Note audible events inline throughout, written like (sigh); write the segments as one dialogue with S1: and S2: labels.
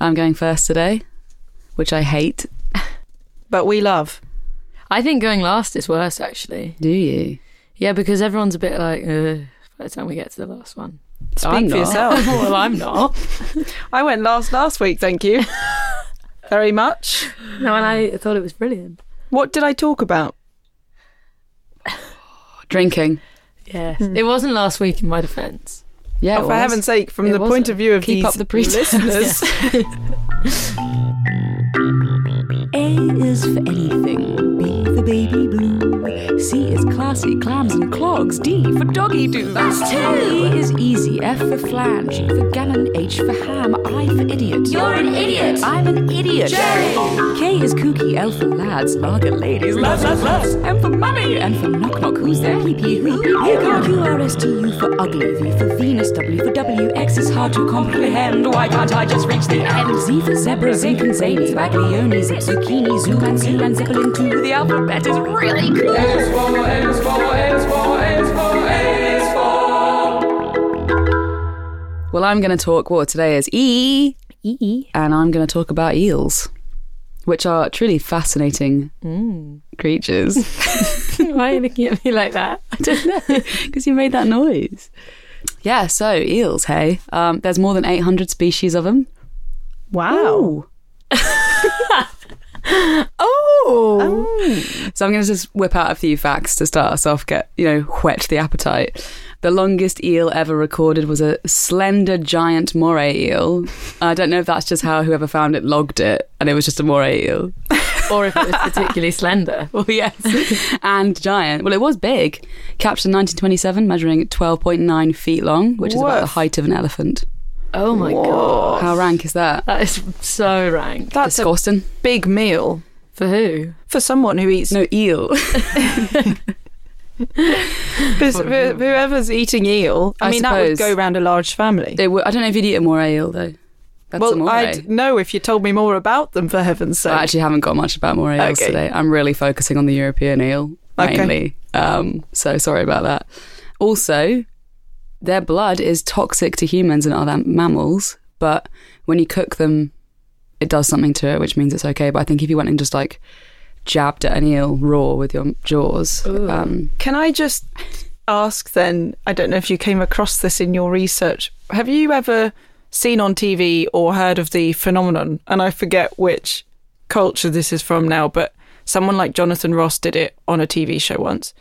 S1: I'm going first today, which I hate.
S2: But we love.
S3: I think going last is worse, actually.
S1: Do you?
S3: Yeah, because everyone's a bit like, Ugh, by the time we get to the last one. (laughs)
S2: Speak
S1: I'm
S2: for
S1: not. (laughs)
S2: yourself.
S3: well, I'm not.
S2: I went last last week, thank you. Very much.
S3: (laughs) No, and I thought it was brilliant.
S2: What did I talk about?
S1: Drinking.
S3: Yes. It wasn't last week in my defense.
S1: Yeah,
S2: Oh,
S1: it
S2: for
S1: was.
S2: heaven's sake, from
S3: It
S2: the point
S3: wasn't.
S2: of view of
S1: Keep
S2: these
S1: up the pretense. (laughs)
S2: listeners,
S4: A is for anything. B for baby blue. C is classy, clams and clogs. D for doggy do. That's two. E is easy. F for flange. G for gammon. H for ham. I for idiot. You're an idiot. I'm an idiot. J. K is kooky. L for lads. R for ladies. Lads, lads, lads. M for mummy. N for knock knock. Who's there? Pee pee who? Here go Q R S T U for ugly. V for Venus. W for W. X is hard to comprehend. Why can't I just reach the end? Z for zebra. Zinc and zany. Baglioni. Zip zucchini. Zoo and zoo and zeppelin too. The alphabet is really cool.
S1: Well, I'm going to talk what today is E. E. And I'm going to talk about eels, which are truly fascinating
S2: Mm. (laughs)
S1: creatures. (laughs)
S3: Why are you looking at me like that?
S1: I don't know, because you made that noise. Yeah, so eels, hey. Um, there's more than 800 species of them.
S2: wow.
S3: Oh,
S1: So I'm going to just whip out a few facts to start us off, get, you know, whet the appetite. The longest eel ever recorded was a slender giant moray eel. I don't know if that's just how whoever found it logged it and it was just a moray eel.
S3: (laughs)
S1: (laughs)
S3: or if it was particularly slender.
S1: Well,
S2: (laughs)
S1: yes. and giant. Well, it was big. Captured in 1927, measuring 12.9 feet long, which is about the
S2: Woof.
S1: height of an elephant.
S3: Oh my god,
S1: How rank is that?
S3: that is so rank.
S2: That's a
S1: Disgusting.
S2: big meal
S3: For who?
S2: for someone who (laughs) eats.
S1: No, eel. (laughs)
S2: Because wh- whoever's eating eel, I,
S1: I
S2: mean, that would
S1: suppose.
S2: go round a large family.
S1: They were, I don't know if you'd eat a moray eel, though. That's a
S2: well,
S1: moray.
S2: I'd know if you told me more about them, for heaven's sake.
S1: I actually haven't got much about moray eels
S2: Okay.
S1: today. I'm really focusing on the European eel
S2: Okay.
S1: mainly. Um, so sorry about that. Also, their blood is toxic to humans and other mammals, but when you cook them, it does something to it, which means it's okay. But I think if you went and just like jabbed at an eel raw with your jaws, um,
S2: Can I just ask then? I don't know if you came across this in your research. Have you ever seen on TV or heard of the phenomenon? And I forget which culture this is from now, but someone like Jonathan Ross did it on a TV show once.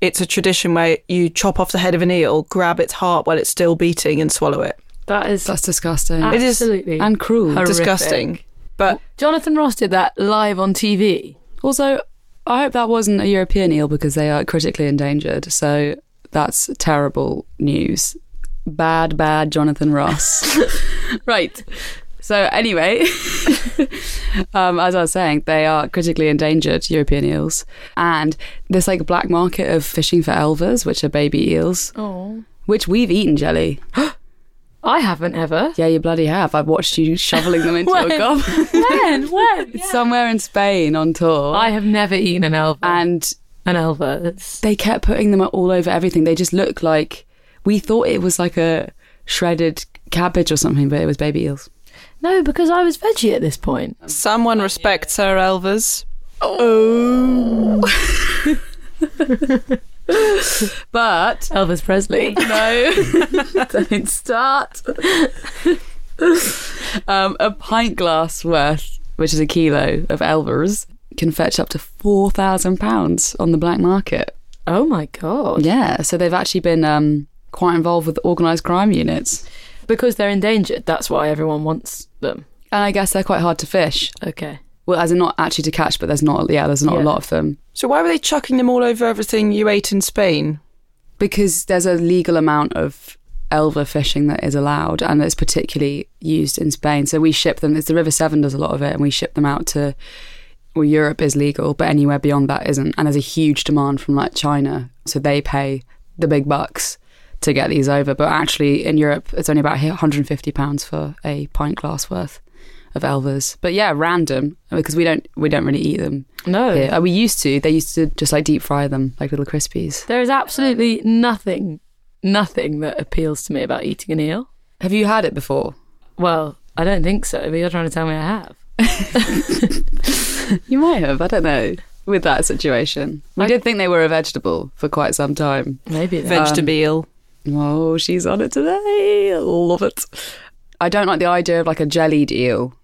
S2: It's a tradition where you chop off the head of an eel, grab its heart while it's still beating, and swallow it.
S3: That is
S1: that's disgusting
S2: It is-
S3: absolutely
S1: and cruel.
S3: Horrific.
S2: Disgusting. But
S3: Jonathan Ross did that live on TV.
S1: Also, I hope that wasn't a European eel because they are critically endangered. So that's terrible news. Bad, bad Jonathan
S3: (laughs)
S1: Ross. right. So, anyway, (laughs) um, as I was saying, they are critically endangered European eels. And there's like a black market of fishing for elvers, which are baby eels,
S3: Oh,
S1: which we've eaten jelly.
S3: I haven't ever.
S1: Yeah, you bloody have. I've watched you shoveling them into your
S3: (laughs) When?
S1: gob.
S3: When?
S1: (laughs)
S3: When? (laughs)
S1: Somewhere in Spain on tour.
S3: I have never eaten an elva.
S1: and
S3: an elva. It's-
S1: they kept putting them all over everything. They just look like we thought it was like a shredded cabbage or something, but it was baby eels.
S3: No, because I was veggie at this point.
S2: someone respects her elvers.
S1: But
S3: Elvis Presley.
S1: no, (laughs) don't start. um, a pint glass worth, which is a kilo of elvers, can fetch up to four thousand pounds on the black market.
S3: Oh my god.
S1: Yeah, so they've actually been um, quite involved with organised crime units,
S3: Because they're endangered. That's why everyone wants them.
S1: and I guess they're quite hard to fish.
S3: Okay.
S1: Well, as in not actually to catch, but there's not. Yeah, there's not
S3: Yeah.
S1: a lot of them.
S2: So why were they chucking them all over everything you ate in Spain?
S1: because there's a legal amount of elva fishing that is allowed and it's particularly used in Spain. So we ship them. It's the River Severn does a lot of it, and we ship them out to. Well, Europe is legal, but anywhere beyond that isn't. And there's a huge demand from like China, so they pay the big bucks to get these over. But actually, in Europe, it's only about 150 pounds for a pint glass worth of elvers. But yeah, random because we don't we don't really eat them.
S3: No.
S1: here. Uh, we used to. They used to just like deep fry them like little crispies.
S3: There is absolutely nothing, nothing that appeals to me about eating an eel.
S1: Have you had it before?
S3: Well, I don't think so, but you're trying to tell me I have.
S1: You might have, I don't know, with that situation. We
S3: I-
S1: did think they were a vegetable for quite some time.
S3: Maybe then.
S2: Vegetable.
S1: Oh, she's on it today. Love it. I don't like the idea of like a jellied eel.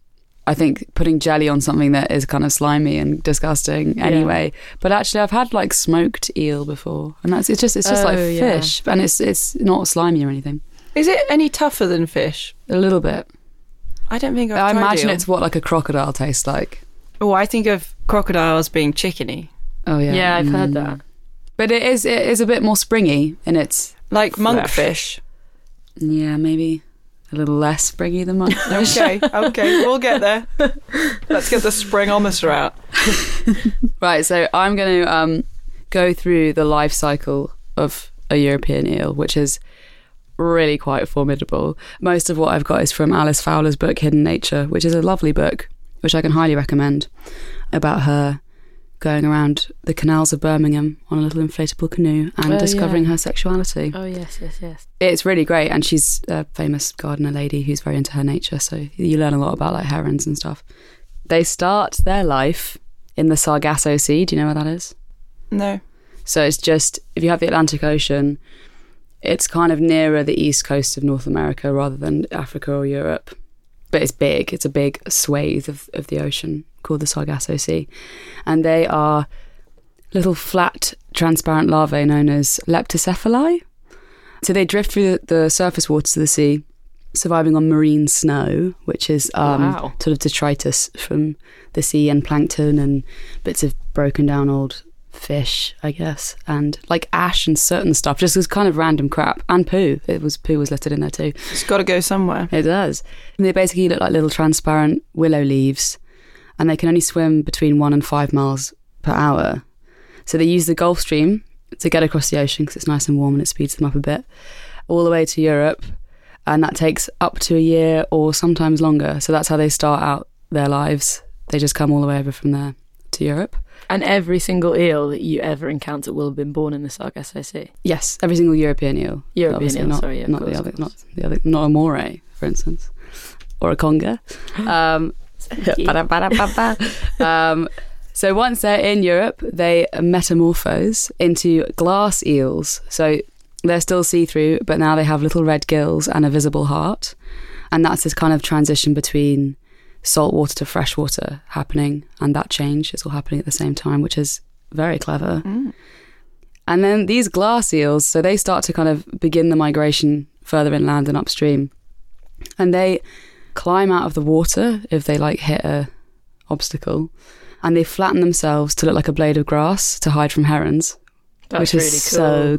S1: I think putting jelly on something that is kind of slimy and disgusting anyway. But actually I've had like smoked eel before. And that's it's just it's just like
S3: Oh, yeah.
S1: fish. And it's it's not slimy or anything.
S2: Is it any tougher than fish?
S1: A little bit.
S2: I don't think I've
S1: I
S2: tried
S1: imagine
S2: eel.
S1: it's what like a crocodile tastes like.
S2: Oh, I think of crocodiles being chickeny.
S1: Oh yeah.
S3: yeah. I've heard that.
S1: Mm. But it is it is a bit more springy in its
S2: Like monkfish.
S3: Flesh.
S1: yeah, maybe a little less springy than
S3: (laughs)
S1: mine.
S2: (laughs) Okay, okay, we'll get there. Let's get the springometer out.
S1: Right, so I'm going to um, go through the life cycle of a European eel, which is really quite formidable. Most of what I've got is from Alice Fowler's book Hidden Nature, which is a lovely book, which I can highly recommend, about her going around the canals of Birmingham on a little inflatable canoe and
S3: Oh,
S1: discovering
S3: yeah.
S1: her sexuality.
S3: Oh, yes, yes, yes.
S1: It's really great, and she's a famous gardener lady who's very into her nature, so you learn a lot about like herons and stuff. They start their life in the Sargasso Sea. Do you know where that is?
S2: No.
S1: So it's just if you have the Atlantic Ocean, it's kind of nearer the east coast of North America rather than Africa or Europe. But it's big. It's a big swathe of, of the ocean called the Sargasso Sea. And they are little flat, transparent larvae known as leptocephali. So they drift through the, the surface waters of the sea, surviving on marine snow, which is um,
S3: Wow.
S1: sort of detritus from the sea and plankton and bits of broken down old fish, I guess, and like ash and soot and stuff. Just this kind of random crap and poo. It was poo was listed in there too.
S2: It's got to go somewhere.
S1: It does. And they basically look like little transparent willow leaves, and they can only swim between one and five miles per hour. So they use the Gulf Stream to get across the ocean because it's nice and warm and it speeds them up a bit, all the way to Europe, and that takes up to a year or sometimes longer. So that's how they start out their lives. They just come all the way over from there to Europe.
S3: And every single eel that you ever encounter will have been born in the Sargasso Sea.
S1: Yes, every single European eel.
S3: European
S1: Obviously
S3: eel,
S1: not,
S3: sorry, yeah, of
S1: not
S3: course,
S1: the other,
S3: of
S1: not
S3: course.
S1: the other, not a moray, for instance, or a
S3: (laughs)
S1: conger. Um, (laughs) ba-da-ba-da-ba-ba. um, so once they're in Europe, they metamorphose into glass eels. So they're still see-through, but now they have little red gills and a visible heart, and that's this kind of transition between saltwater to freshwater happening, and that change is all happening at the same time, which is very clever. And then these glass eels, so they start to kind of begin the migration further inland and upstream. And they climb out of the water if they like hit a obstacle. And they flatten themselves to look like a blade of grass to hide from herons,
S3: That's
S1: which
S3: really
S1: is so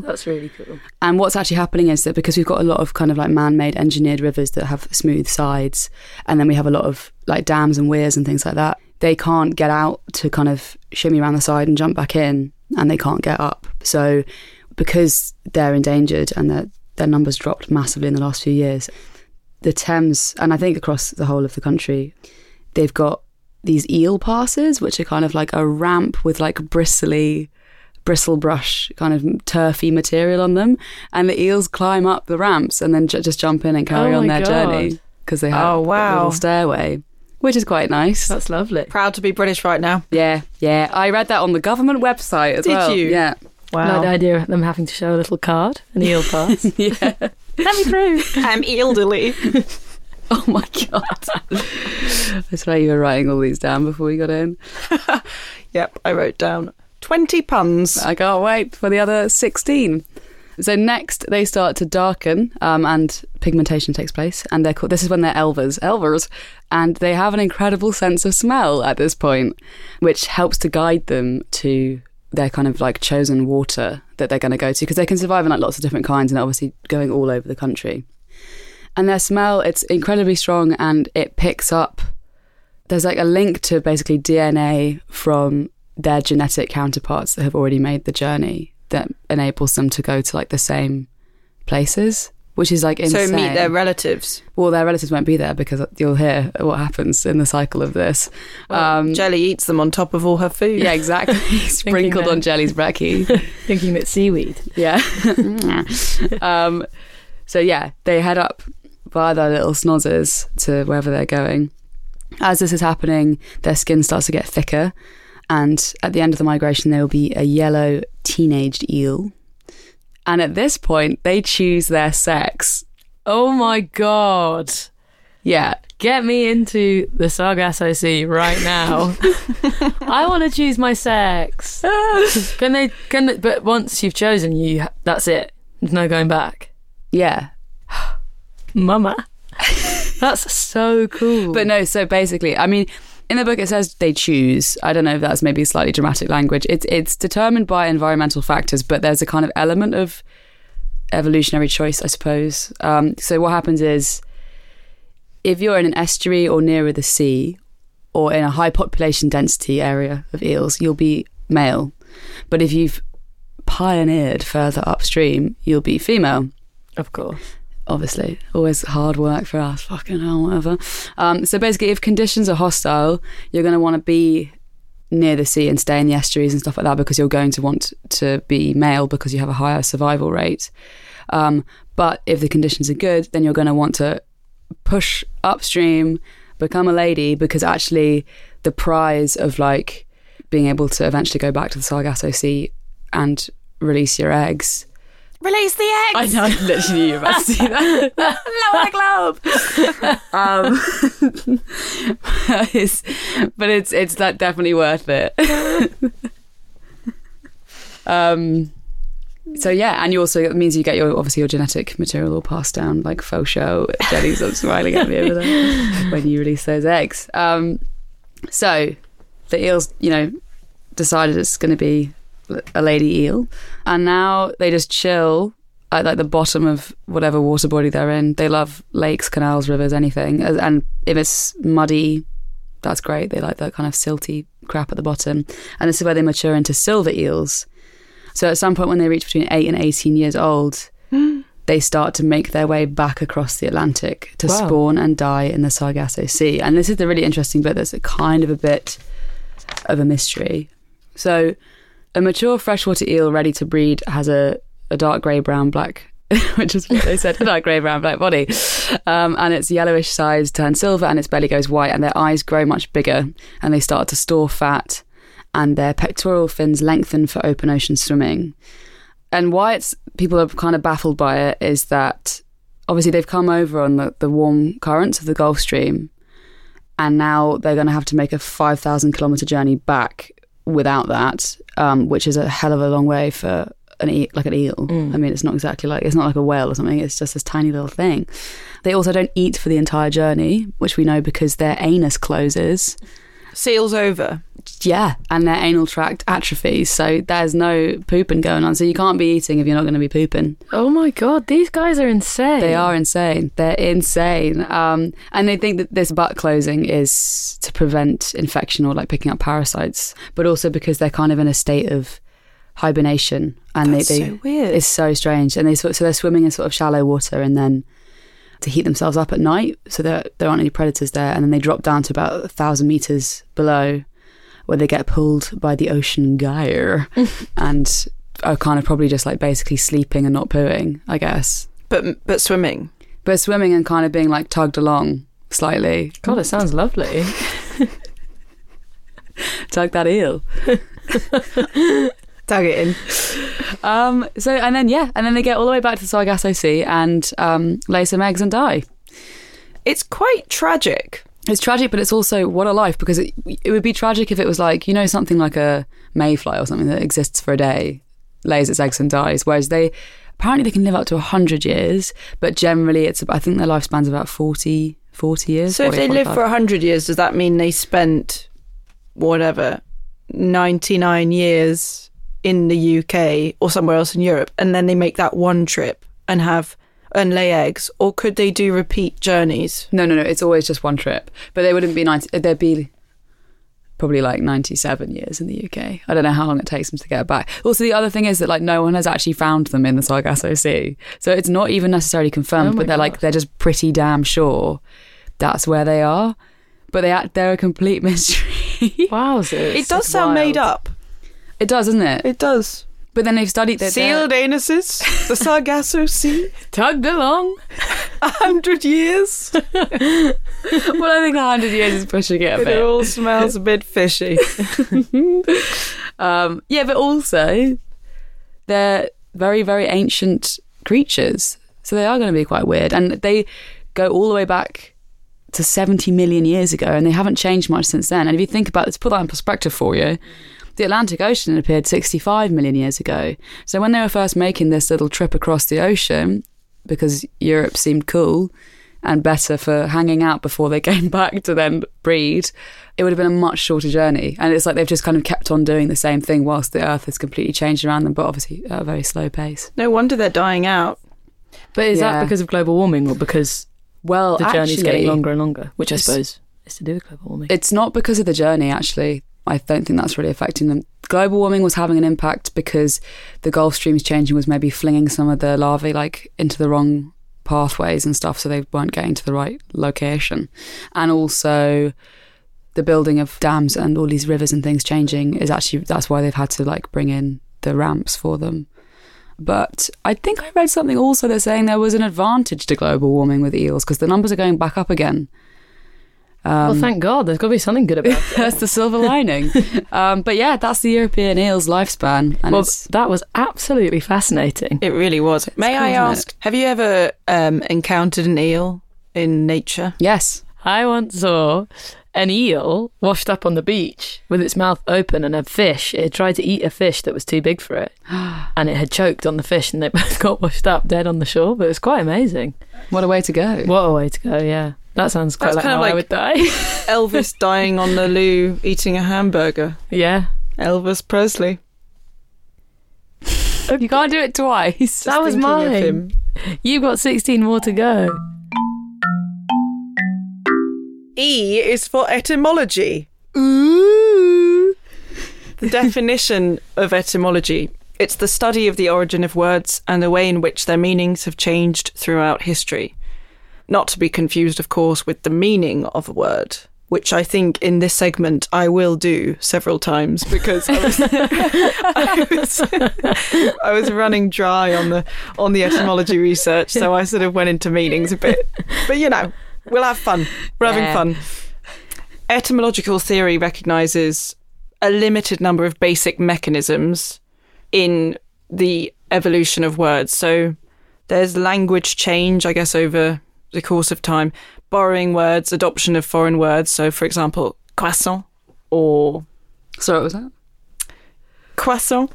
S1: cool.
S3: That's really cool.
S1: And what's actually happening is that because we've got a lot of kind of like man-made engineered rivers that have smooth sides, and then we have a lot of like dams and weirs and things like that, they can't get out to kind of shimmy around the side and jump back in, and they can't get up. So because they're endangered and their their numbers dropped massively in the last few years, the Thames and I think across the whole of the country, they've got these eel passes, which are kind of like a ramp with like bristly bristle brush kind of turfy material on them, and the eels climb up the ramps and then ju- just jump in and carry
S3: Oh
S1: on
S3: my
S1: their
S3: God.
S1: journey because they have
S2: Oh,
S1: a
S2: wow.
S1: little stairway, which is quite nice.
S3: That's lovely.
S2: Proud to be British right now.
S1: yeah, yeah. I read that on the government website as
S2: Did
S1: well.
S2: you?
S1: Yeah, (laughs)
S3: Like the idea of them having to show a little card, an (laughs) eel pass.
S1: yeah.
S3: Let me through.
S2: I'm elderly.
S1: Oh my god! (laughs) That's why you were writing all these down before we got in.
S2: Yep, I wrote down 20 puns.
S1: I can't wait for the other 16. So next, they start to darken, um, and pigmentation takes place. And they're called. This is when they're elvers, elvers, and they have an incredible sense of smell at this point, which helps to guide them to their kind of like chosen water that they're going to go to because they can survive in like lots of different kinds, and obviously going all over the country. And their smell, it's incredibly strong, and it picks up there's like a link to basically DNA from their genetic counterparts that have already made the journey that enables them to go to like the same places, which is like insane.
S2: So meet their relatives.
S1: well, their relatives won't be there because you'll hear what happens in the cycle of this.
S2: (laughs)
S1: Um,
S2: Jelly eats them on top of all her food.
S1: yeah,
S2: (laughs)
S1: exactly. Sprinkled
S3: that-
S1: on Jelly's brekkie.
S3: Thinking
S1: (laughs)
S3: that seaweed.
S1: Yeah. um, so yeah, they head up by their little snozzers to wherever they're going. As this is happening, their skin starts to get thicker, and at the end of the migration, there will be a yellow teenaged eel. And at this point, they choose their sex.
S3: Oh my god.
S1: Yeah,
S3: Get me into the Sargasso Sea right (laughs) now. I want to choose my (laughs) sex. can they? Can they, but once you've chosen, you ha- that's it. There's no going back,
S1: yeah.
S3: Mama. (laughs) That's so cool.
S1: But no, so basically, I mean, in the book it says they choose. I don't know if that's maybe slightly dramatic language. It's it's determined by environmental factors, but there's a kind of element of evolutionary choice, I suppose. Um, so what happens is, if you're in an estuary or nearer the sea, or in a high population density area of eels, you'll be male. But if you've pioneered further upstream, you'll be female
S3: of course.
S1: obviously always hard work for us fucking hell whatever um, so basically if conditions are hostile you're going to want to be near the sea and stay in the estuaries and stuff like that because you're going to want to be male because you have a higher survival rate um, but if the conditions are good then you're going to want to push upstream become a lady because actually the prize of like being able to eventually go back to the sargasso sea and release your eggs
S2: Release the eggs.
S1: I know, I literally knew you were about to see that. (laughs) Lower (laughs) the globe. um, it's, but it's it's that definitely worth it. (laughs) um, so yeah, and you also it means you get your obviously your genetic material all passed down like faux show. Jenny's not smiling at me over there when you release those eggs. Um, so the eels, you know, decided it's going to be a lady eel, and now they just chill at like the bottom of whatever water body they're in. They love lakes, canals, rivers, anything, As- and if it's muddy, that's great. They like that kind of silty crap at the bottom, and this is where they mature into silver eels. So at some point when they reach between eight and eighteen years old. They start to make their way back across the Atlantic to
S3: Wow.
S1: spawn and die in the Sargasso Sea. And this is the really interesting bit that's a kind of a bit of a mystery. So, a mature freshwater eel ready to breed has a, a dark grey, brown, black, (laughs) which is what they said, a dark grey, brown, black body. Um, and its yellowish sides turn silver and its belly goes white and their eyes grow much bigger and they start to store fat and their pectoral fins lengthen for open ocean swimming. And why it's people are kind of baffled by it is that obviously they've come over on the, the warm currents of the Gulf Stream and now they're going to have to make a 5,000 kilometer journey back without that, um, which is a hell of a long way for an e- like an eel. I mean, it's not exactly like it's not like a whale or something. It's just this tiny little thing. They also don't eat for the entire journey, which we know because their anus closes.
S2: Seals over.
S1: Yeah, and their anal tract atrophies, so there's no pooping going on. So you can't be eating if you're not going to be pooping.
S3: Oh my god, these guys are insane.
S1: They are insane. They're insane. Um, and they think that this butt closing is to prevent infection or like picking up parasites, but also because they're kind of in a state of hibernation and
S2: That's
S1: they, they
S2: so weird.
S1: It's so strange. And they sort so they're swimming in sort of shallow water and then to heat themselves up at night, so there there aren't any predators there, and then they drop down to about a thousand meters below, where they get pulled by the ocean gyre,
S2: (laughs)
S1: and are kind of probably just like basically sleeping and not pooing, I guess
S2: But but swimming.
S1: but swimming and kind of being like tugged along slightly.
S3: God, it sounds lovely.
S1: (laughs) Tug that eel.
S2: Tag it in.
S1: Um, so and then yeah, and then they get all the way back to the Sargasso Sea and um, lay some eggs and die.
S2: It's quite tragic.
S1: It's tragic, but it's also what a life because it, it would be tragic if it was like you know something like a mayfly or something that exists for a day, lays its eggs and dies. Whereas they apparently they can live up to hundred years, but generally it's I think their lifespan's about 40, 40 years.
S2: So if
S1: 40,
S2: they live
S1: 45.
S2: for 100 years, does that mean they spent whatever 99 years in the UK or somewhere else in Europe and then they make that one trip and have and lay eggs or could they do repeat journeys?
S1: No, no, no. It's always just one trip. But they wouldn't be 90. They'd be probably like 97 years in the UK. I don't know how long it takes them to get back. Also, the other thing is that like no one has actually found them in the Sargasso Sea. So it's not even necessarily confirmed,
S3: Oh my
S1: but they're like,
S3: God.
S1: they're just pretty damn sure that's where they are. But they act, they're a complete (laughs) mystery.
S3: Wowzers.
S2: it does sound made up.
S1: it does, doesn't it?
S2: It does. (laughs)
S1: But then they've studied that. they're-
S2: Sealed anuses, the Sargasso Sea.
S3: Tugged along.
S2: A hundred years?
S1: well, I think 100 years is pushing it a
S2: It
S1: bit.
S2: all smells a bit fishy.
S1: Um, yeah, but also they're very, very ancient creatures, so they are going to be quite weird, and they go all the way back to 70 million years ago, and they haven't changed much since then. And if you think about, let's put that in perspective for you. The Atlantic Ocean appeared 65 million years ago. So when they were first making this little trip across the ocean, because Europe seemed cool and better for hanging out before they (laughs) came back to then breed, it would have been a much shorter journey. And it's like they've just kind of kept on doing the same thing whilst the Earth has completely changed around them, but obviously at a very slow pace.
S2: (laughs) No wonder they're dying out.
S3: But is
S1: Yeah.
S3: that because of global warming or because
S1: Well,
S3: the journey's getting
S1: actually-
S3: longer and longer? Which I
S1: it's-
S3: suppose is to do with global warming.
S1: It's not because of the journey, actually. I don't think that's really affecting them. Global warming was having an impact because the Gulf Stream's changing was maybe flinging some of the larvae like into the wrong pathways and stuff, so they weren't getting to the right location. And also, the building of dams and all these rivers and things changing is actually that's why they've had to like bring in the ramps for them. But I think I read something also that's saying there was an advantage to global warming with eels because the numbers are going back up again.
S3: well, thank God. There's got to be something good about it.
S1: That's the silver (laughs) lining. um, but yeah, that's the European eel's lifespan, and
S3: well,
S1: it's
S3: that was absolutely fascinating.
S2: It really was. May
S1: cool,
S2: I
S1: isn't it?
S2: ask, have you ever um, encountered an eel in nature?
S1: yes,
S3: I once saw an eel washed up on the beach with its mouth open and a fish. It had tried to eat a fish that was too big for (gasps) it. and it had choked on the fish and they (laughs) both got washed up dead on the shore. But it was quite amazing.
S1: what a way to go.
S3: What a way to go, yeah. That sounds quite
S2: That's
S3: like
S2: kind of
S3: how
S2: like-
S3: I would die. (laughs)
S2: Elvis dying on the loo eating a hamburger.
S3: yeah.
S2: Elvis Presley.
S1: You can't do it twice.
S3: that was
S2: Thinking of
S3: mine.
S2: him.
S3: You've got 16 more to go.
S2: E is for etymology. The definition of etymology it's the study of the origin of words and the way in which their meanings have changed throughout history. Not to be confused, of course, with the meaning of a word, which I think in this segment I will do several times because I was, (laughs) I was, I was running dry on the on the etymology research, so I sort of went into meanings a bit. But you know, we'll have fun. We're
S1: Yeah.
S2: having fun. Etymological theory recognizes a limited number of basic mechanisms in the evolution of words. So there's language change, I guess, over the course of time, borrowing words, adoption of foreign words. So, for example, croissant or
S1: So what was that?
S2: croissant.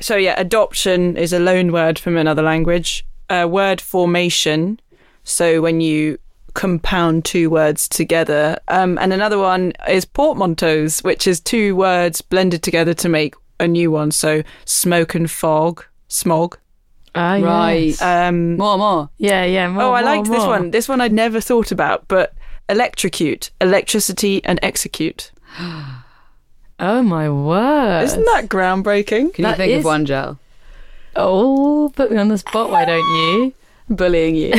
S2: so, yeah, adoption is a loan word from another language. Uh, word formation. So, when you compound two words together. Um, and another one is portmanteaus, which is two words blended together to make a new one. So, smoke and fog, smog.
S3: Ah,
S1: Right.
S3: yes.
S2: Um,
S1: More, more.
S3: yeah, yeah. more,
S2: oh, I
S3: more,
S2: liked this
S3: more.
S2: one. This one I'd never thought about, but electrocute, electricity, and execute.
S3: Oh, my word.
S2: Isn't that groundbreaking?
S1: Can
S3: That
S1: you think
S3: is-
S1: of one, Gel?
S3: Oh, put me on the spot, why don't
S2: (laughs)
S3: you?
S1: Bullying you.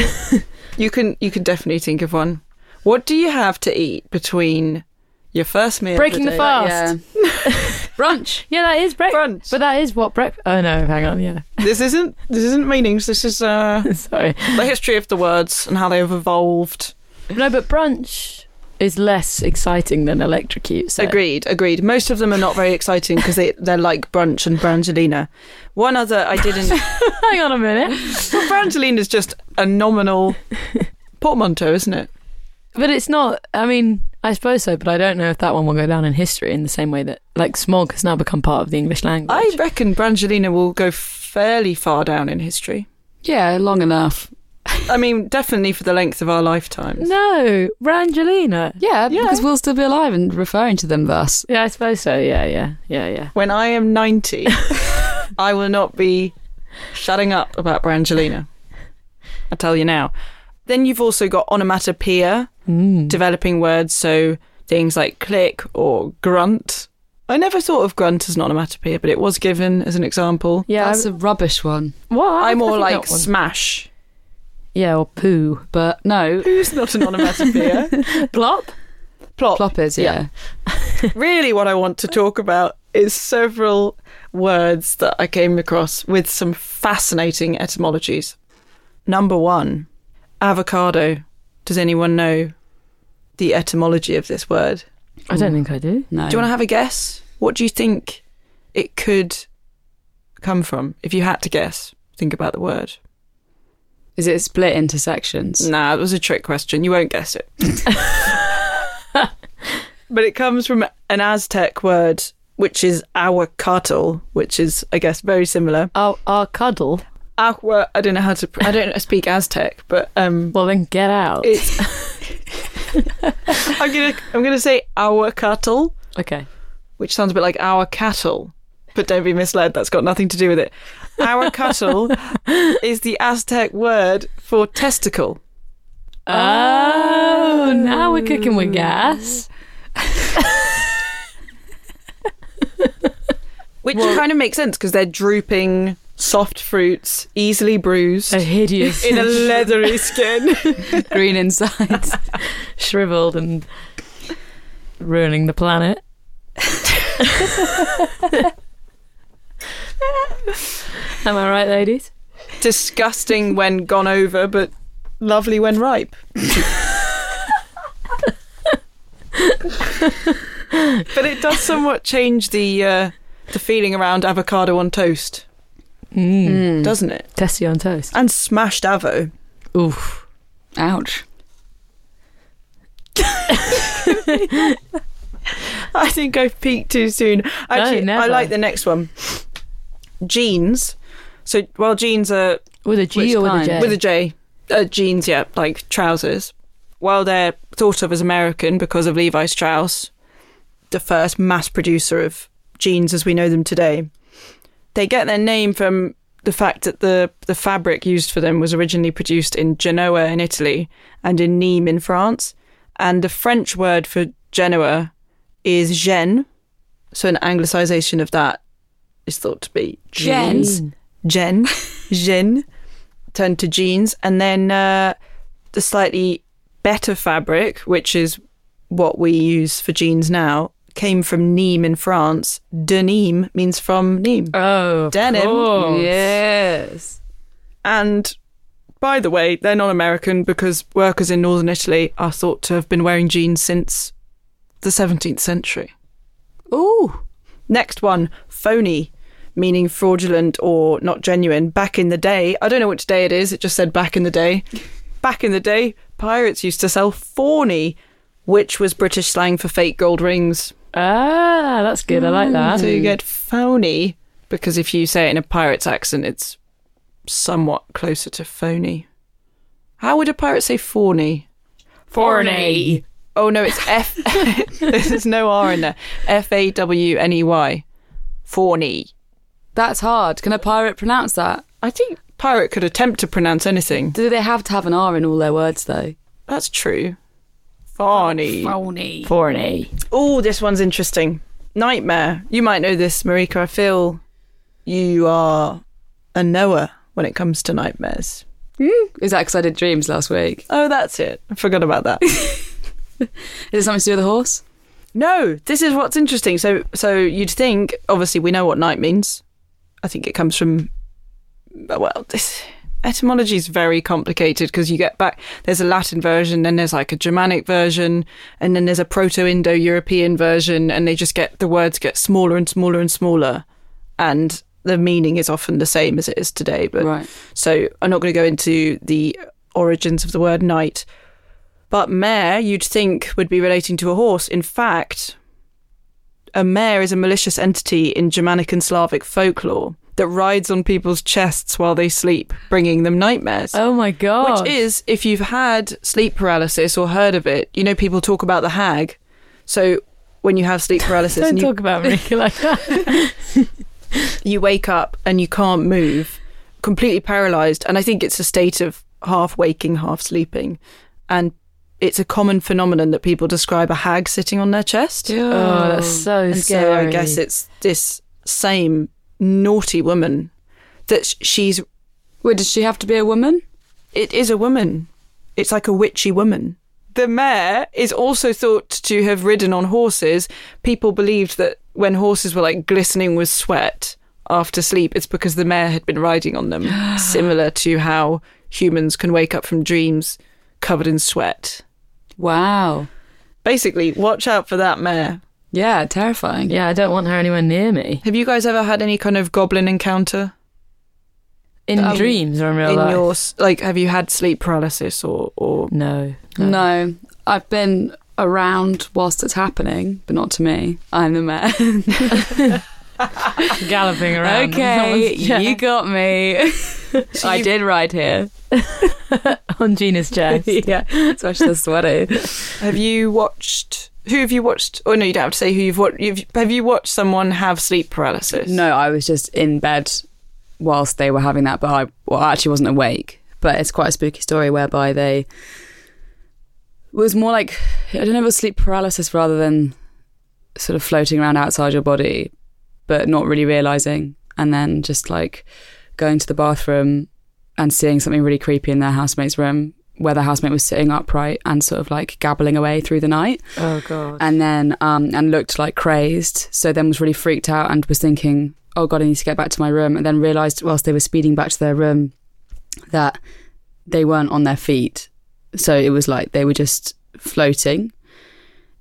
S2: You can you can definitely think of one. What do you have to eat between your first meal? of
S3: (laughs) Breaking the
S2: day-
S3: fast.
S1: (laughs) Brunch.
S3: Yeah, that is breakfast.
S2: Brunch.
S3: But that is what breakfast. Oh, no, hang on, yeah.
S2: (laughs)
S3: (laughs)
S2: This isn't this isn't meanings. This is uh,
S3: Sorry.
S2: the history of the words and how they have evolved.
S3: No, but brunch is less exciting than electrocute. So.
S2: Agreed, agreed. Most of them are not very exciting because they they're like brunch and Brangelina. One other I
S3: (laughs)
S2: didn't.
S3: (laughs) Hang on a minute.
S2: well, Brangelina is just a
S3: (laughs)
S2: nominal portmanteau, isn't it?
S3: But it's not, I mean, I suppose so, but I don't know if that one will go down in history in the same way that, like, smog has now become part of the English language.
S2: I reckon Brangelina will go fairly far down in history.
S1: Yeah, long enough.
S2: I mean, definitely for the length of our lifetimes.
S3: No, Brangelina.
S1: Yeah,
S2: Yeah.
S1: because we'll still be alive and referring to them thus.
S3: Yeah, I suppose so. Yeah, yeah, yeah, yeah.
S2: When I am
S3: (laughs)
S2: 90, I will not be shutting up about Brangelina. I tell you now. Then you've also got onomatopoeia,
S3: Mm.
S2: developing words, so things like click or grunt. I never thought of grunt as an onomatopoeia, but it was given as an example.
S3: Yeah,
S1: That's
S3: I,
S1: a rubbish one.
S3: well, I
S2: I'm more
S3: think
S2: like
S3: that one-
S2: smash.
S3: yeah, or poo,
S1: But no,
S2: Who's not an (laughs) onomatopoeia?
S3: plop.
S2: Plop.
S1: ploppers, yeah.
S2: Yeah. really what I want to talk about is several words that I came across with some fascinating etymologies. Number one, Avocado. Does anyone know the etymology of this word?
S3: I don't think I do.
S1: No.
S2: Do you want to have a guess? What do you think it could come from? If you had to guess, think about the word.
S1: Is it split into sections?
S2: Nah, it was a trick question. You won't (laughs) guess it. but it comes from an Aztec word, which is aguacatl, which is, I guess, very similar.
S3: Our, our cuddle.
S2: Agua, I don't know how to, pr- I don't speak Aztec, but um,
S3: Well, then get out.
S2: it's. I'm gonna, I'm gonna say aguacatl,
S3: okay.
S2: which sounds a bit like our cattle, but don't be misled. That's got nothing to do with it. Our cattle (laughs) is the Aztec word for testicle.
S3: Oh, now we're cooking
S2: (laughs)
S3: with gas.
S2: Which kind of makes sense because they're drooping, soft fruits, easily bruised,
S3: A hideous,
S2: (laughs) in a leathery skin.
S1: (laughs) Green inside.
S3: shriveled, and ruining
S2: (laughs)
S3: the planet. Am I right, ladies?
S2: (laughs) Disgusting when gone over, but lovely when (laughs) ripe. but it does somewhat change the uh, the feeling around avocado on toast,
S3: Mm.
S1: Mm.
S2: doesn't it?
S3: Tessie on toast.
S2: Hmm. And smashed avo. (laughs)
S3: Oof.
S1: (laughs) Ouch.
S2: I think I've peaked too soon. Actually, I
S3: never.
S2: like the next one. Jeans. So, well, jeans are
S3: With a
S1: Which
S3: G or
S1: kind?
S3: with a J?
S2: with a J. Uh, jeans, yeah, like trousers. While they're thought of as American because of Levi Strauss, the first mass producer of jeans as we know them today, they get their name from the fact that the, the fabric used for them was originally produced in Genoa in Italy and in Nîmes in France. And the French word for Genoa is gene. So an anglicisation of that is thought to be jeans.
S3: Mm.
S2: Jen, Jen, turned to jeans, and then uh, the slightly better fabric, which is what we use for jeans now, came from Nîmes in France. De Nîmes means from Nîmes,
S3: Oh, of
S2: Denim.
S3: course.
S1: Yes.
S2: and by the way, they're not American because workers in northern Italy are thought to have been wearing jeans since the 17th century.
S1: Ooh.
S2: Next one, phony, meaning fraudulent or not genuine. Back in the day, I don't know which day it is, it just said back in the day. Back in the day, pirates used to sell fawny, which was British slang for fake gold rings.
S3: Ah, that's good. I like
S2: So
S3: that.
S2: you get phony, because if you say it in a pirate's accent, it's somewhat closer to phony. How would a pirate say fawny?
S3: Forney.
S2: Oh no, it's F. (laughs) There's no R in there. F A W N E Y. Fawny.
S1: That's hard. Can a pirate pronounce that?
S2: I think pirate could attempt to pronounce anything.
S1: Do they have to have an R in all their words though?
S2: That's true. Farney.
S1: Phony.
S3: Forney.
S2: Oh, this one's interesting. Nightmare. You might know this, Marika. I feel you are a knower when it comes to nightmares.
S1: Is that because I did dreams last week?
S2: Oh, that's it. I forgot about that.
S1: Is it something to do with a horse?
S2: no, this is what's interesting. So, so you'd think. Obviously, we know what night means. I think it comes from. Well, this etymology is very complicated because you get back. There's a Latin version, then there's like a Germanic version, and then there's a Proto-Indo-European version, and they just get the words get smaller and smaller and smaller, and the meaning is often the same as it is today. But
S1: Right.
S2: so I'm not going to go into the origins of the word knight. But mare, you'd think, would be relating to a horse. In fact, a mare is a malicious entity in Germanic and Slavic folklore that rides on people's chests while they sleep, bringing them nightmares.
S3: Oh my god.
S2: Which is, if you've had sleep paralysis or heard of it, you know people talk about the hag. So when you have
S3: (laughs)
S2: sleep paralysis,
S3: Don't
S2: and you,
S3: talk about Marika (laughs) like that.
S2: you wake up and you can't move, completely paralyzed. And I think it's a state of half waking, half sleeping. And it's a common phenomenon that people describe a hag sitting on their chest.
S3: (laughs) oh, that's so
S2: And
S3: scary.
S2: so I guess it's this same naughty woman that sh- she's,
S1: Wait, does she have to be a woman?
S2: it is a woman. It's like a witchy woman. The mare is also thought to have ridden on horses. People believed that when horses were like glistening with (gasps) sweat after sleep, it's because the mare had been riding on them, similar to how humans can wake up from dreams covered in sweat.
S1: Wow.
S2: Basically, watch out for that mare.
S1: Yeah, terrifying.
S3: Yeah, I don't want her anywhere near me.
S2: Have you guys ever had any kind of goblin encounter
S3: In
S2: Um,
S3: dreams or in real
S2: in
S3: life?
S2: your s- like? Have you had sleep paralysis or or
S3: No,
S1: No, I've been around whilst it's happening, but not to me. I'm the mayor.
S3: Galloping around. (laughs)
S1: okay,
S3: Yeah.
S1: you got me. I did ride here.
S3: on Gina's (laughs)
S1: (laughs)
S3: chest.
S1: yeah, especially the sweaty.
S2: Have you watched? Who have you watched? Oh no, you don't have to say who you've watched. You've, have you watched someone have sleep paralysis?
S1: No, I was just in bed whilst they were having that, but I, well, I actually wasn't awake. But it's quite a spooky story whereby they it was more like I don't know, if it was sleep paralysis rather than sort of floating around outside your body, but not really realizing, and then just like going to the bathroom and seeing something really creepy in their housemate's room where the housemate was sitting upright and sort of like gabbling away through the night
S3: Oh god.
S1: and then um, and looked like crazed. So then was really freaked out and was thinking, "Oh God, I need to get back to my room." And then realised whilst they were speeding back to their room that they weren't on their feet, so it was like they were just floating.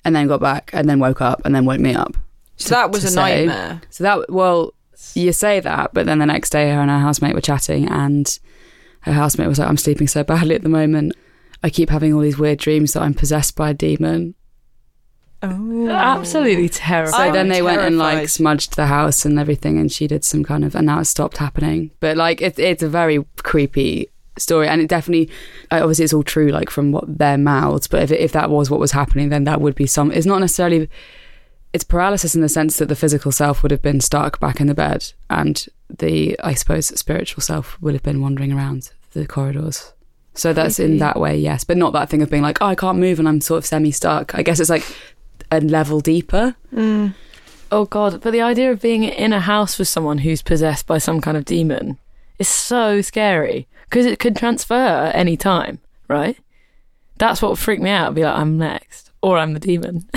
S1: And then got back, and then woke up, and then woke me up.
S2: so that was
S1: to
S2: a
S1: say.
S2: nightmare.
S1: So that well, you say that, but then the next day, her and her housemate were chatting, and her housemate was like, "I'm sleeping so badly at the moment." I keep having all these weird dreams that I'm possessed by a demon.
S3: Absolutely
S1: So
S3: terrifying.
S2: I-
S1: then they went and like
S2: terrified.
S1: smudged the house and everything, and she did some kind of, and now it's stopped happening. But like, it, it's a very creepy story, and it definitely, uh, obviously, it's all true, like from what their mouths. But if if that was what was happening, then that would be some. It's not necessarily, it's paralysis in the sense that the physical self would have been stuck back in the bed, and the I suppose spiritual self would have been wandering around the corridors. So that's in that way, yes, but not that thing of being like, oh, I can't move and I'm sort of semi stuck. I guess it's like a level deeper.
S3: oh god. But the idea of being in a house with someone who's possessed by some kind of demon is so scary because it could transfer at any time, right? That's what freaked me out. Be like, I'm next, or I'm the (laughs) demon.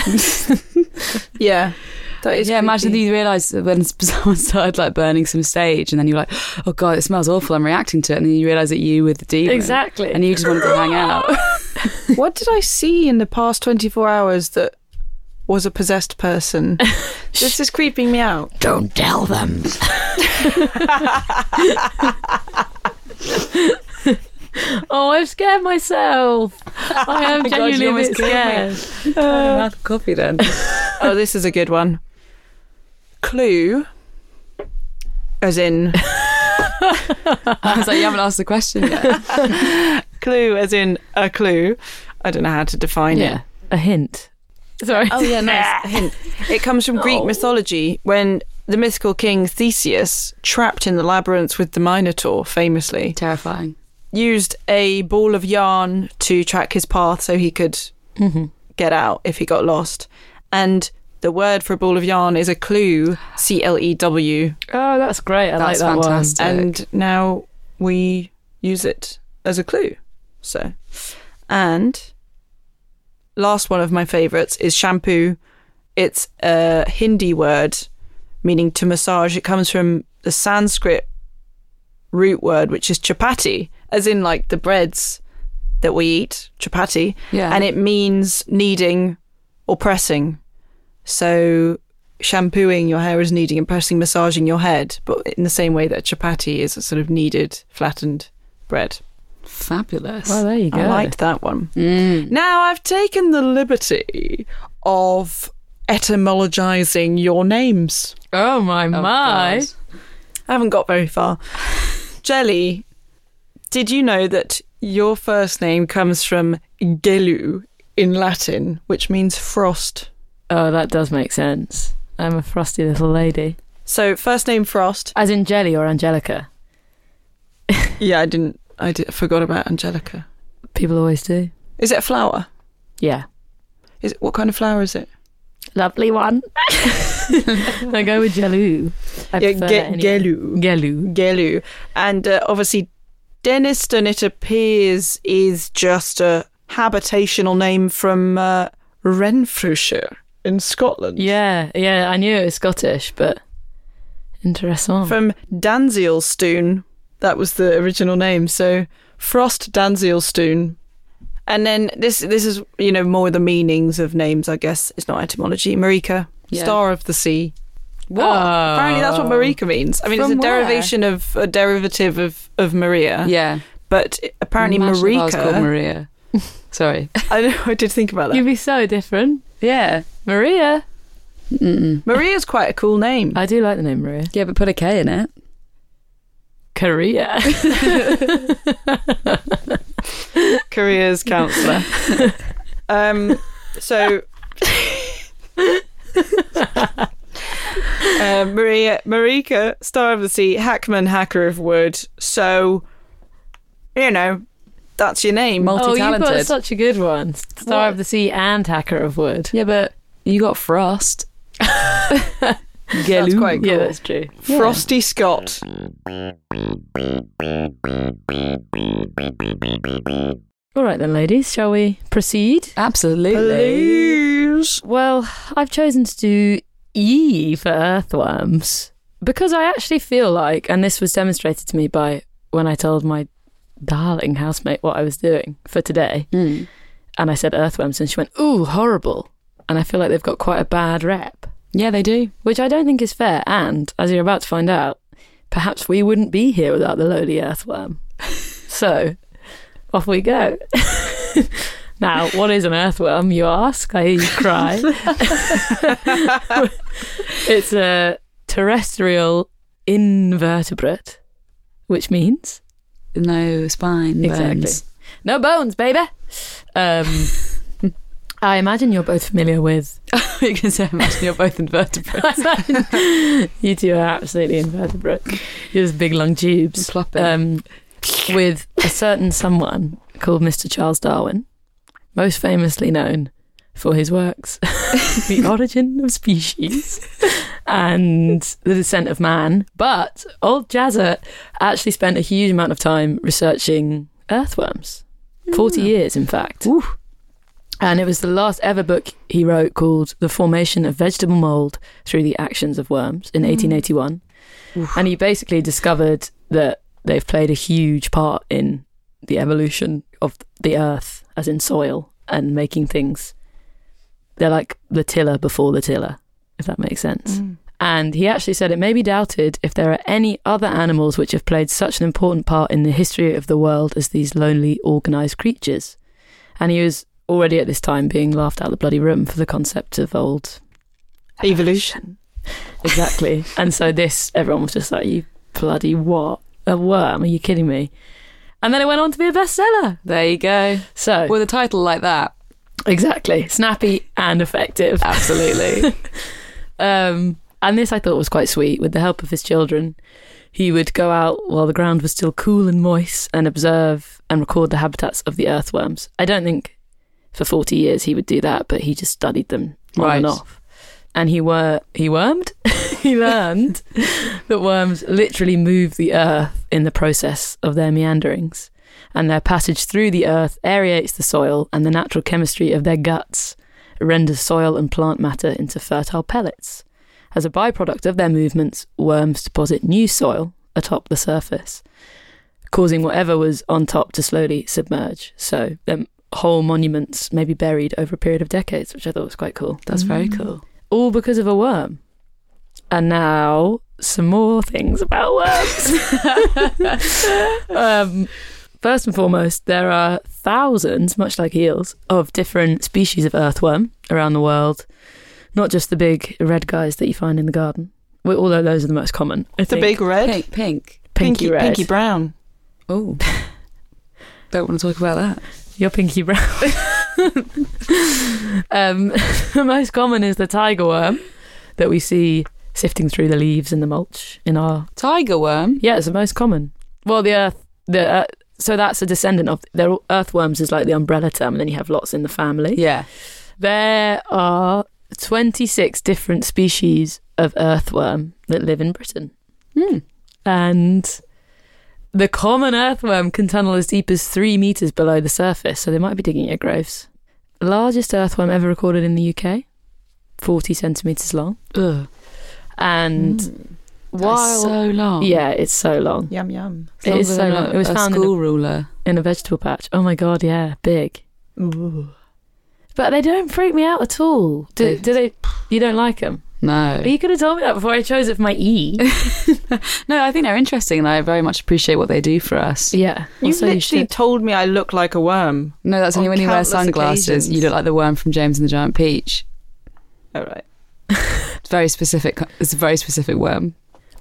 S2: Yeah, that is.
S1: yeah, imagine
S2: creepy.
S1: you realise that when (laughs) someone started like burning some stage, and then you're like, "Oh god, it smells awful." I'm reacting to it, and then you realise that you were the demon,
S3: exactly.
S1: and you just wanted to hang out. (laughs)
S2: what did I see in the past twenty four hours that was a possessed (laughs) person? this is creeping me out.
S4: Don't tell them.
S3: oh, I've scared (laughs) myself. I
S1: God,
S3: am
S1: you
S3: genuinely a
S1: almost
S3: bit
S1: killed
S3: scared.
S1: coffee then. (laughs)
S2: Oh, this is a good one. Clue, as (laughs) in
S1: I was like, "You haven't asked the question yet."
S2: clue, as in a clue. I don't know how to define it.
S3: Yeah, a hint. Sorry.
S2: Oh yeah, nice hint. It comes from Greek mythology when the mythical king Theseus, trapped in the labyrinth with the Minotaur, famously
S1: Terrifying.
S2: used a ball of yarn to track his path so he could get out if he got lost. And the word for a ball of yarn is a clue, C L E W,
S3: (laughs) Oh, that's great. I
S1: That's
S3: like that
S1: fantastic.
S2: and now we use it as a clue. So, and last one of my favorites is shampoo. It's a Hindi word meaning to massage. It comes from the Sanskrit root word, which is chapati, as in like the breads that we eat, chapati.
S1: Yeah.
S2: And it means kneading or pressing. So shampooing your hair is kneading and pressing, massaging your head, but in the same way that chapati is a sort of kneaded, flattened bread.
S1: Fabulous.
S3: one. Well, Oh, there you go.
S2: I liked that one.
S1: Mm.
S2: Now I've taken the liberty of etymologizing your names.
S3: Oh my
S1: Oh,
S3: my!
S1: God.
S2: I haven't got very far. Jelly, did you know that your first name comes from gelu in Latin, which means frost?
S3: Oh, that does make sense. I'm a frosty little lady,
S2: So first name Frost.
S3: as in Jelly or Angelica.
S2: Yeah, I didn't. I did, forgot about Angelica.
S3: People always do.
S2: Is it a flower?
S3: Yeah,
S2: Is it, what kind of flower is it?
S3: lovely one. I go with Jellu. I
S2: yeah,
S3: prefer
S2: ge-
S3: that anyway.
S2: gelu.
S3: Gelu.
S2: Gelu. And uh, obviously, Deniston, it appears, is just a habitational name from uh, Renfrewshire in Scotland.
S3: Yeah, yeah. I knew it was Scottish, but interesting.
S2: from Danzielstoon. That was the original name. So Frost Danzielstoon. And then this this is, you know, more the meanings of names, I guess. It's not etymology. Marika,
S1: Yeah.
S2: star of the sea.
S1: What?
S2: Apparently that's what Marika means. I mean,
S1: From
S2: it's a
S1: where?
S2: derivation of a derivative of, of Maria.
S1: Yeah.
S2: But apparently
S1: Imagine if I was called
S2: Marika
S1: Maria. Sorry.
S2: I know I did think about that.
S3: You'd be so different.
S1: Yeah.
S3: Maria.
S1: Mm-mm.
S2: Maria's quite a cool name.
S3: I do like the name Maria.
S1: Yeah, but put a K in it.
S3: Korea.
S2: careers counselor. um, so uh, Maria Marika, star of the sea, Hackman, hacker of wood. So you know that's your name.
S3: oh, you've
S1: Multi-talented.
S3: got such a good one. Star of the Sea and Hacker of Wood.
S1: yeah, but you got Frost.
S2: That's quite cool.
S3: Yeah, that's true.
S2: Frosty Scott.
S3: All right then, ladies, shall we proceed?
S1: Absolutely.
S2: Please.
S3: Well, I've chosen to do E for earthworms because I actually feel like, and this was demonstrated to me by when I told my darling housemate what I was doing for today,
S1: Mm.
S3: and I said earthworms, and she went, "Ooh, horrible!" And I feel like they've got quite a bad rep,
S1: Yeah, they do.
S3: which I don't think is fair. And as you're about to find out, perhaps we wouldn't be here without the lowly earthworm. (laughs) so, off we go. (laughs) now, what is an earthworm? You ask. I hear you cry. (laughs) It's a terrestrial invertebrate, which means
S1: No spine.
S3: Exactly.
S1: bones.
S3: no bones, baby. Um, (laughs) I imagine you're both familiar with.
S1: you can say, imagine you're both invertebrates.
S3: (laughs) you two are absolutely invertebrate. You're just big long tubes.
S1: Plop it.
S3: Um, with a certain someone called Mr. Charles Darwin, most famously known for his works (laughs) The Origin of Species and The Descent of Man. But old Jazzer actually spent a huge amount of time researching earthworms 40 years, in fact. And it was the last ever book he wrote called The Formation of Vegetable Mold Through the Actions of Worms in 1881. And he basically discovered that they've played a huge part in the evolution of the earth, as in soil, and making things. They're like the tiller before the tiller, if that makes sense. And he actually said it may be doubted if there are any other animals which have played such an important part in the history of the world as these lonely, organised creatures. And he was already at this time being laughed out of the bloody room for the concept of old
S2: Evolution.
S3: Exactly. and so this, everyone was just like, you bloody what? A worm? Are you kidding me? And then it went on to be a bestseller.
S1: there you go.
S3: So,
S1: With a title like that,
S3: exactly. Snappy and effective.
S1: absolutely.
S3: (laughs) Um, and this I thought was quite sweet. With the help of his children, he would go out while the ground was still cool and moist and observe and record the habitats of the earthworms. I don't think for 40 years he would do that, but he just studied them on
S1: Right.
S3: and off. And he were he wormed. (laughs) he learned that worms literally move the earth in the process of their meanderings, and their passage through the earth aerates the soil, and the natural chemistry of their guts renders soil and plant matter into fertile pellets. As a byproduct of their movements, worms deposit new soil atop the surface, causing whatever was on top to slowly submerge. So, um, whole monuments may be buried over a period of decades, which I thought was quite cool
S1: That's very cool.
S3: all because of a worm. And now some more things about worms. um, first and foremost, there are thousands, much like eels, of different species of earthworm around the world. Not just the big red guys that you find in the garden, well, although those are the most common. I
S2: The
S3: think.
S2: big red.
S1: Pink, pink.
S3: pinky, red.
S2: Pinky brown.
S1: Oh. (laughs) Don't want to talk about that.
S3: Your pinky brown. (laughs) um, (laughs) the most common is the tiger worm that we see sifting through the leaves and the mulch in our
S1: Tiger worm.
S3: Yeah, it's the most common. Well, the earth, the uh, so that's a descendant of they're all, earthworms is like the umbrella term, and then you have lots in the family.
S1: Yeah.
S3: There are twenty six different species of earthworm that live in Britain,
S1: Hmm.
S3: and the common earthworm can tunnel as deep as three meters below the surface, so they might be digging your graves. Largest earthworm ever recorded in the UK, forty centimeters long,
S1: Ugh.
S3: and While
S1: Hmm. so long.
S3: yeah, it's so long.
S2: Yum yum.
S1: It's
S3: It
S1: longer
S3: is so
S1: than
S3: long.
S1: A,
S3: It was
S1: a
S3: found in a-
S1: school ruler.
S3: in a vegetable patch. Oh my god, yeah, big. But they don't freak me out at all. Do,
S1: They-
S3: do they? You don't like them?
S1: No.
S3: You could have told me that before I chose it for my
S1: (laughs)
S3: E.
S1: No, I think they're interesting and I very much appreciate what they do for us.
S3: yeah.
S2: You
S3: also,
S2: literally
S3: should-
S2: told me I look like a worm.
S1: No, that's
S2: On
S1: only when you wear
S2: countless
S1: sunglasses. You
S2: occasions.
S1: look like the worm from James and the Giant Peach.
S2: All right.
S1: It's very specific. It's a very specific worm.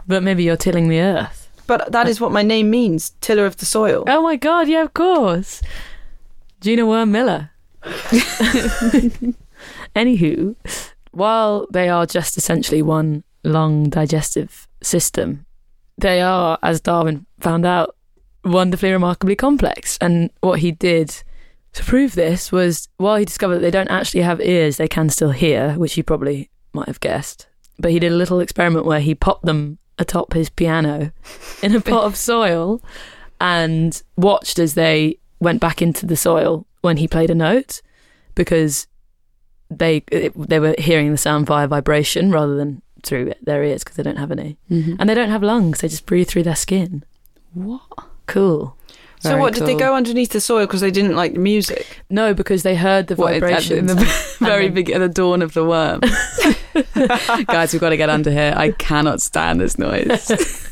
S3: but maybe you're tilling the earth.
S2: But that is what my name means, tiller of the soil.
S3: Oh my god, yeah, of course. Gina Worm Miller. Anywho, while they are just essentially one long digestive system, they are, as Darwin found out, wonderfully remarkably complex. And what he did to prove this was while he discovered that they don't actually have ears, they can still hear, which he probably might have guessed. But he did a little experiment where he popped them atop his piano in a pot of soil and watched as they went back into the soil when he played a note because they it, they were hearing the sound via vibration rather than through their ears because they don't have any
S1: Mm-hmm.
S3: and they don't have lungs they just breathe through their skin
S1: What?
S3: cool
S2: so
S1: Very
S2: what did they
S1: cool.
S2: go underneath the soil because they didn't like the music?
S3: no because they heard the
S1: What, at the-
S3: vibrations
S1: in the (laughs) very
S3: then-
S1: big at the dawn of the worm. (laughs) Guys, we've got to get under here. I cannot stand this noise.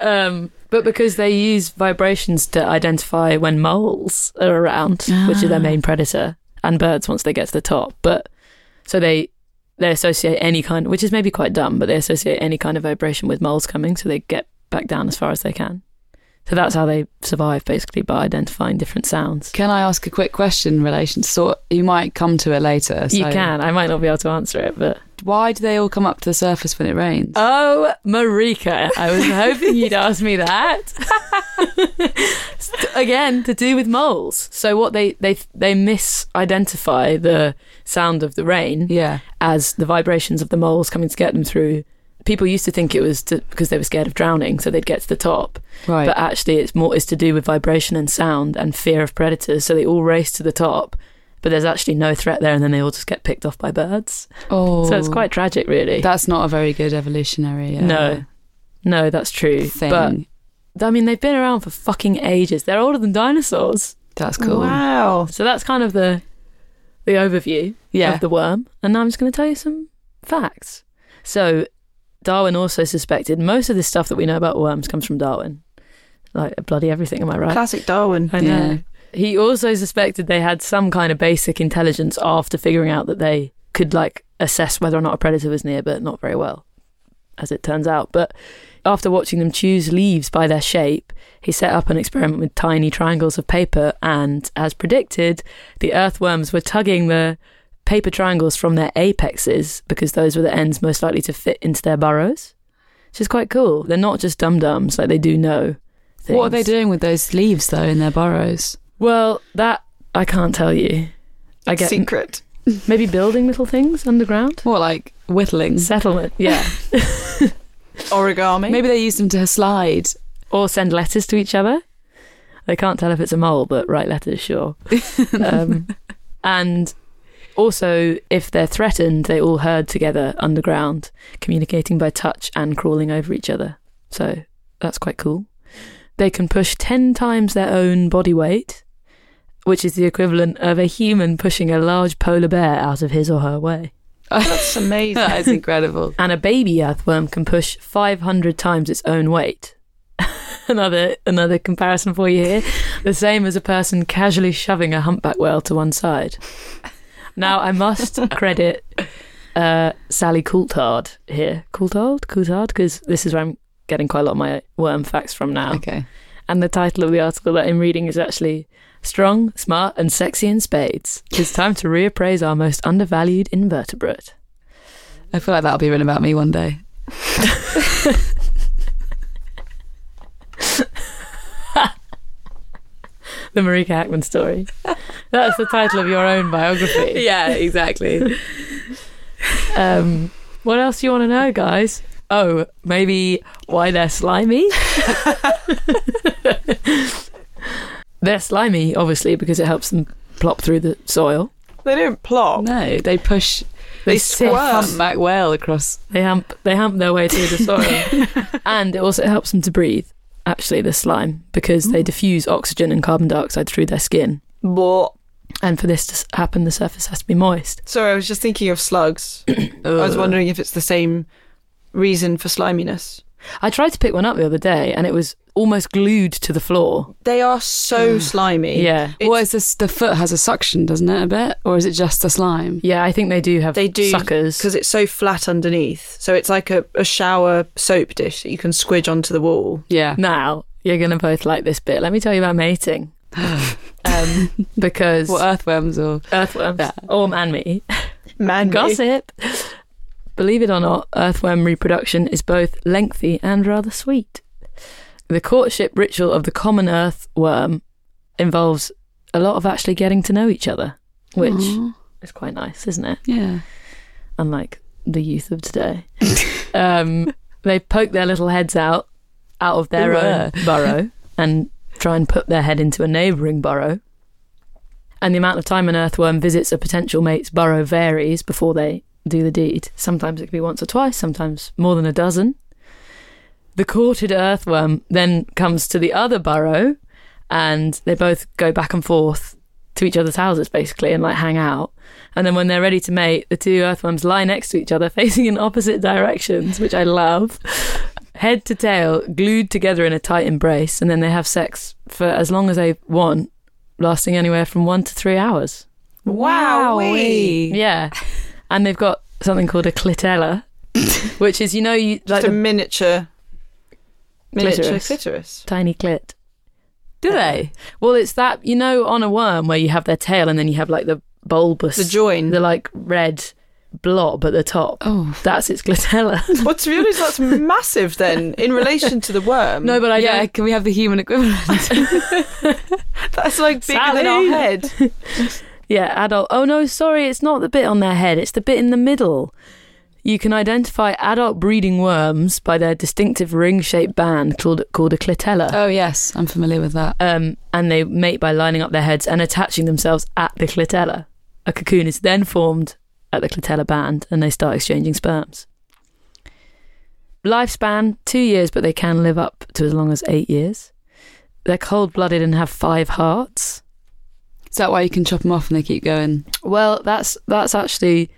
S3: um, but because they use vibrations to identify when moles are around, which are their
S1: Ah.
S3: main predator, and birds once they get to the top. But so they they associate any kind, which is maybe quite dumb, but they associate any kind of vibration with moles coming, so they get back down as far as they can. So that's how they survive, basically, by identifying different sounds.
S1: (laughs) Can I ask a quick question in relation to sort? You might come to it later.
S3: You
S1: so-
S3: can. I might not be able to answer it, but
S1: Why do they all come up to the surface when it rains?
S3: Oh, Marika, I was hoping you'd ask me that. (laughs) St- Again, to do with moles. So what they they they misidentify the sound of the rain
S1: yeah.
S3: as the vibrations of the moles coming to get them through. People used to think it was to, because they were scared of drowning, so they'd get to the top.
S1: Right.
S3: But actually, it's more it's to do with vibration and sound and fear of predators. So they all race to the top, but there's actually no threat there, and then they all just get picked off by birds.
S1: oh,
S3: So it's quite tragic, really.
S1: That's not a very good evolutionary. Uh,
S3: No, no, that's true.
S1: Thing.
S3: But I mean, they've been around for fucking ages. They're older than dinosaurs.
S1: That's cool.
S2: Wow.
S3: So that's kind of the the overview
S1: Yeah.
S3: of the worm. And now I'm just going to tell you some facts. So Darwin also suspected most of the stuff that we know about worms comes from Darwin. Like bloody everything, am I right?
S2: Classic Darwin.
S3: I know. He also suspected they had some kind of basic intelligence after figuring out that they could like assess whether or not a predator was near, but not very well, as it turns out. But after watching them choose leaves by their shape, he set up an experiment with tiny triangles of paper, and as predicted, the earthworms were tugging the paper triangles from their apexes because those were the ends most likely to fit into their burrows. Which is quite cool. They're not just dum dums, like they do know things.
S1: What are they doing with those leaves though in their burrows?
S3: Well, that I can't tell you. I get
S2: Secret.
S3: maybe building little things underground.
S1: More like whittling.
S3: Settlement, (laughs) yeah.
S2: Origami.
S1: Maybe they use them to slide.
S3: or send letters to each other. They can't tell if it's a mole, but write letters, sure. Um, and also, if they're threatened, they all herd together underground, communicating by touch and crawling over each other. So that's quite cool. They can push 10 times their own body weight, which is the equivalent of a human pushing a large polar bear out of his or her way.
S2: (laughs) That's amazing.
S1: that is incredible.
S3: And a baby earthworm can push 500 times its own weight. (laughs) another another comparison for you here. The same as a person casually shoving a humpback whale to one side. Now, I must credit uh, Sally Coulthard here. Coulthard? Coulthard? Because this is where I'm getting quite a lot of my worm facts from now.
S1: Okay.
S3: And the title of the article that I'm reading is actually Strong, Smart, and Sexy in Spades. It's time to reappraise our most undervalued invertebrate.
S1: I feel like that'll be written about me one day.
S3: The Marika Hackman story. That's the title of your own biography.
S1: (laughs) Yeah, exactly.
S3: Um, what else do you want to know, guys? Oh, maybe why they're slimy? (laughs) they're slimy, obviously, because it helps them plop through the soil.
S2: They don't plop.
S1: No, they push.
S2: They
S1: sift
S2: squirt.
S1: humpback whale across.
S3: They hamp they hamp their way through the soil,
S1: (laughs)
S3: and it also helps them to breathe. Actually, the slime because they diffuse oxygen and carbon dioxide through their skin,
S2: But
S3: and for this to s- happen, the surface has to be moist.
S2: sorry, I was just thinking of slugs. I was
S1: Ugh.
S2: wondering if it's the same reason for sliminess.
S3: I tried to pick one up the other day, and it was almost glued to the floor.
S2: They are so slimy.
S3: Yeah,
S2: It's-
S1: well, is this the foot has a suction, doesn't it, a bit, or is it just the slime?
S3: yeah. I think they do have
S2: They do
S3: suckers.
S2: because it's so flat underneath. So it's like a, a shower soap dish that you can squidge onto the wall.
S1: Yeah,
S3: Now you're gonna both like this bit. Let me tell you about mating, um, because
S1: what earthworms or
S3: earthworms,
S1: Yeah.
S3: Orm and me,
S2: Man,
S3: gossip. Believe it or not, earthworm reproduction is both lengthy and rather sweet. The courtship ritual of the common earthworm involves a lot of actually getting to know each other, which
S1: Aw,
S3: is quite nice, isn't it?
S1: yeah.
S3: Unlike the youth of today. um, they poke their little heads out out of their
S1: Ooh,
S3: own burrow and try and put their head into a neighbouring burrow. And the amount of time an earthworm visits a potential mate's burrow varies before they do the deed. Sometimes it can be once or twice, sometimes more than a dozen. The courted earthworm then comes to the other burrow and they both go back and forth to each other's houses basically and like hang out. And then when they're ready to mate, the two earthworms lie next to each other (laughs) facing in opposite directions, which I love head to tail, glued together in a tight embrace, and then they have sex for as long as they want, lasting anywhere from one to three hours.
S2: Wow.
S1: E.
S2: (laughs)
S3: Yeah. And they've got something called a clitella, which is, you know, you like
S2: Just a
S3: the
S2: miniature, miniature
S3: Clitoris.
S2: clitoris.
S3: tiny clit.
S1: Do they?
S3: Well, it's that, you know, on a worm where you have their tail and then you have like the bulbous, (laughs)
S2: The join.
S3: the like red blob at the top.
S1: Oh,
S3: That's its clitella.
S2: But to be honest,
S3: (laughs)
S2: that's massive then in relation to the worm.
S3: no, but I
S1: Mm. yeah.
S3: don't.
S1: Can we have the human equivalent?
S2: that's like bigger than our
S3: Sally. (laughs)
S2: head.
S3: Yeah, adult. Oh no, sorry, it's not the bit on their head, it's the bit in the middle. You can identify adult breeding worms by their distinctive ring-shaped band called called a clitella.
S1: (laughs) oh yes, I'm familiar with that.
S3: Um, and they mate by lining up their heads and attaching themselves at the clitella. A cocoon is then formed at the clitella band and they start exchanging sperms. Lifespan 2 years, but they can live up to as long as 8 years. They're cold-blooded and have 5 hearts.
S1: Is that why you can chop them off and they keep going?
S3: Well, that's that's actually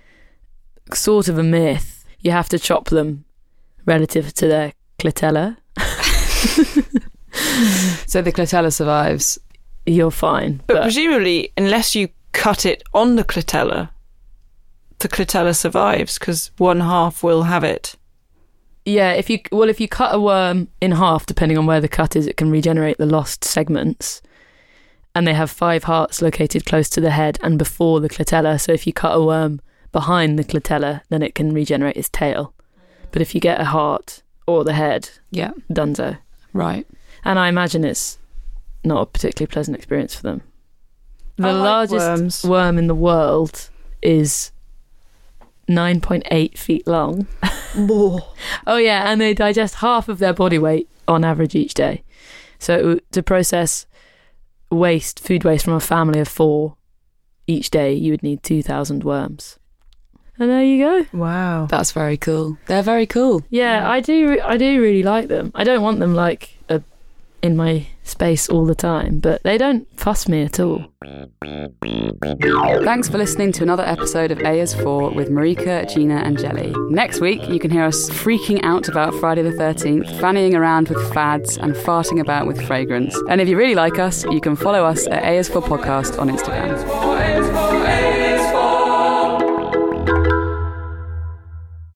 S3: sort of a myth. You have to chop them relative to their clitella.
S1: So the clitella survives.
S3: You're fine.
S2: But,
S3: But,
S2: presumably, unless you cut it on the clitella, the clitella survives because one half will have it.
S3: yeah, if you well, if you cut a worm in half, depending on where the cut is, it can regenerate the lost segments. And they have five hearts located close to the head and before the clitella. So if you cut a worm behind the clitella, then it can regenerate its tail. But if you get a heart or the head,
S1: Yeah,
S3: dunzo.
S1: right.
S3: and I imagine it's not a particularly pleasant experience for them. The
S2: I like
S3: largest
S2: worms.
S3: worm in the world is 9.8 feet long. (laughs) Oh, yeah, and they digest half of their body weight on average each day. So, to process waste, food waste from a family of four each day, you would need 2,000 worms. And there you go.
S2: Wow.
S1: That's very cool. They're very cool.
S3: Yeah, I do. re- I do really like them. I don't want them like uh in my space all the time, but they don't fuss me at all.
S1: Thanks for listening to another episode of A is For with Marika, Gina, and Jelly. Next week, you can hear us freaking out about Uh, Friday the 13th, fannying around with fads, and farting about with fragrance. And if you really like us, you can follow us at A is For Podcast on Instagram.
S5: Boys, boys,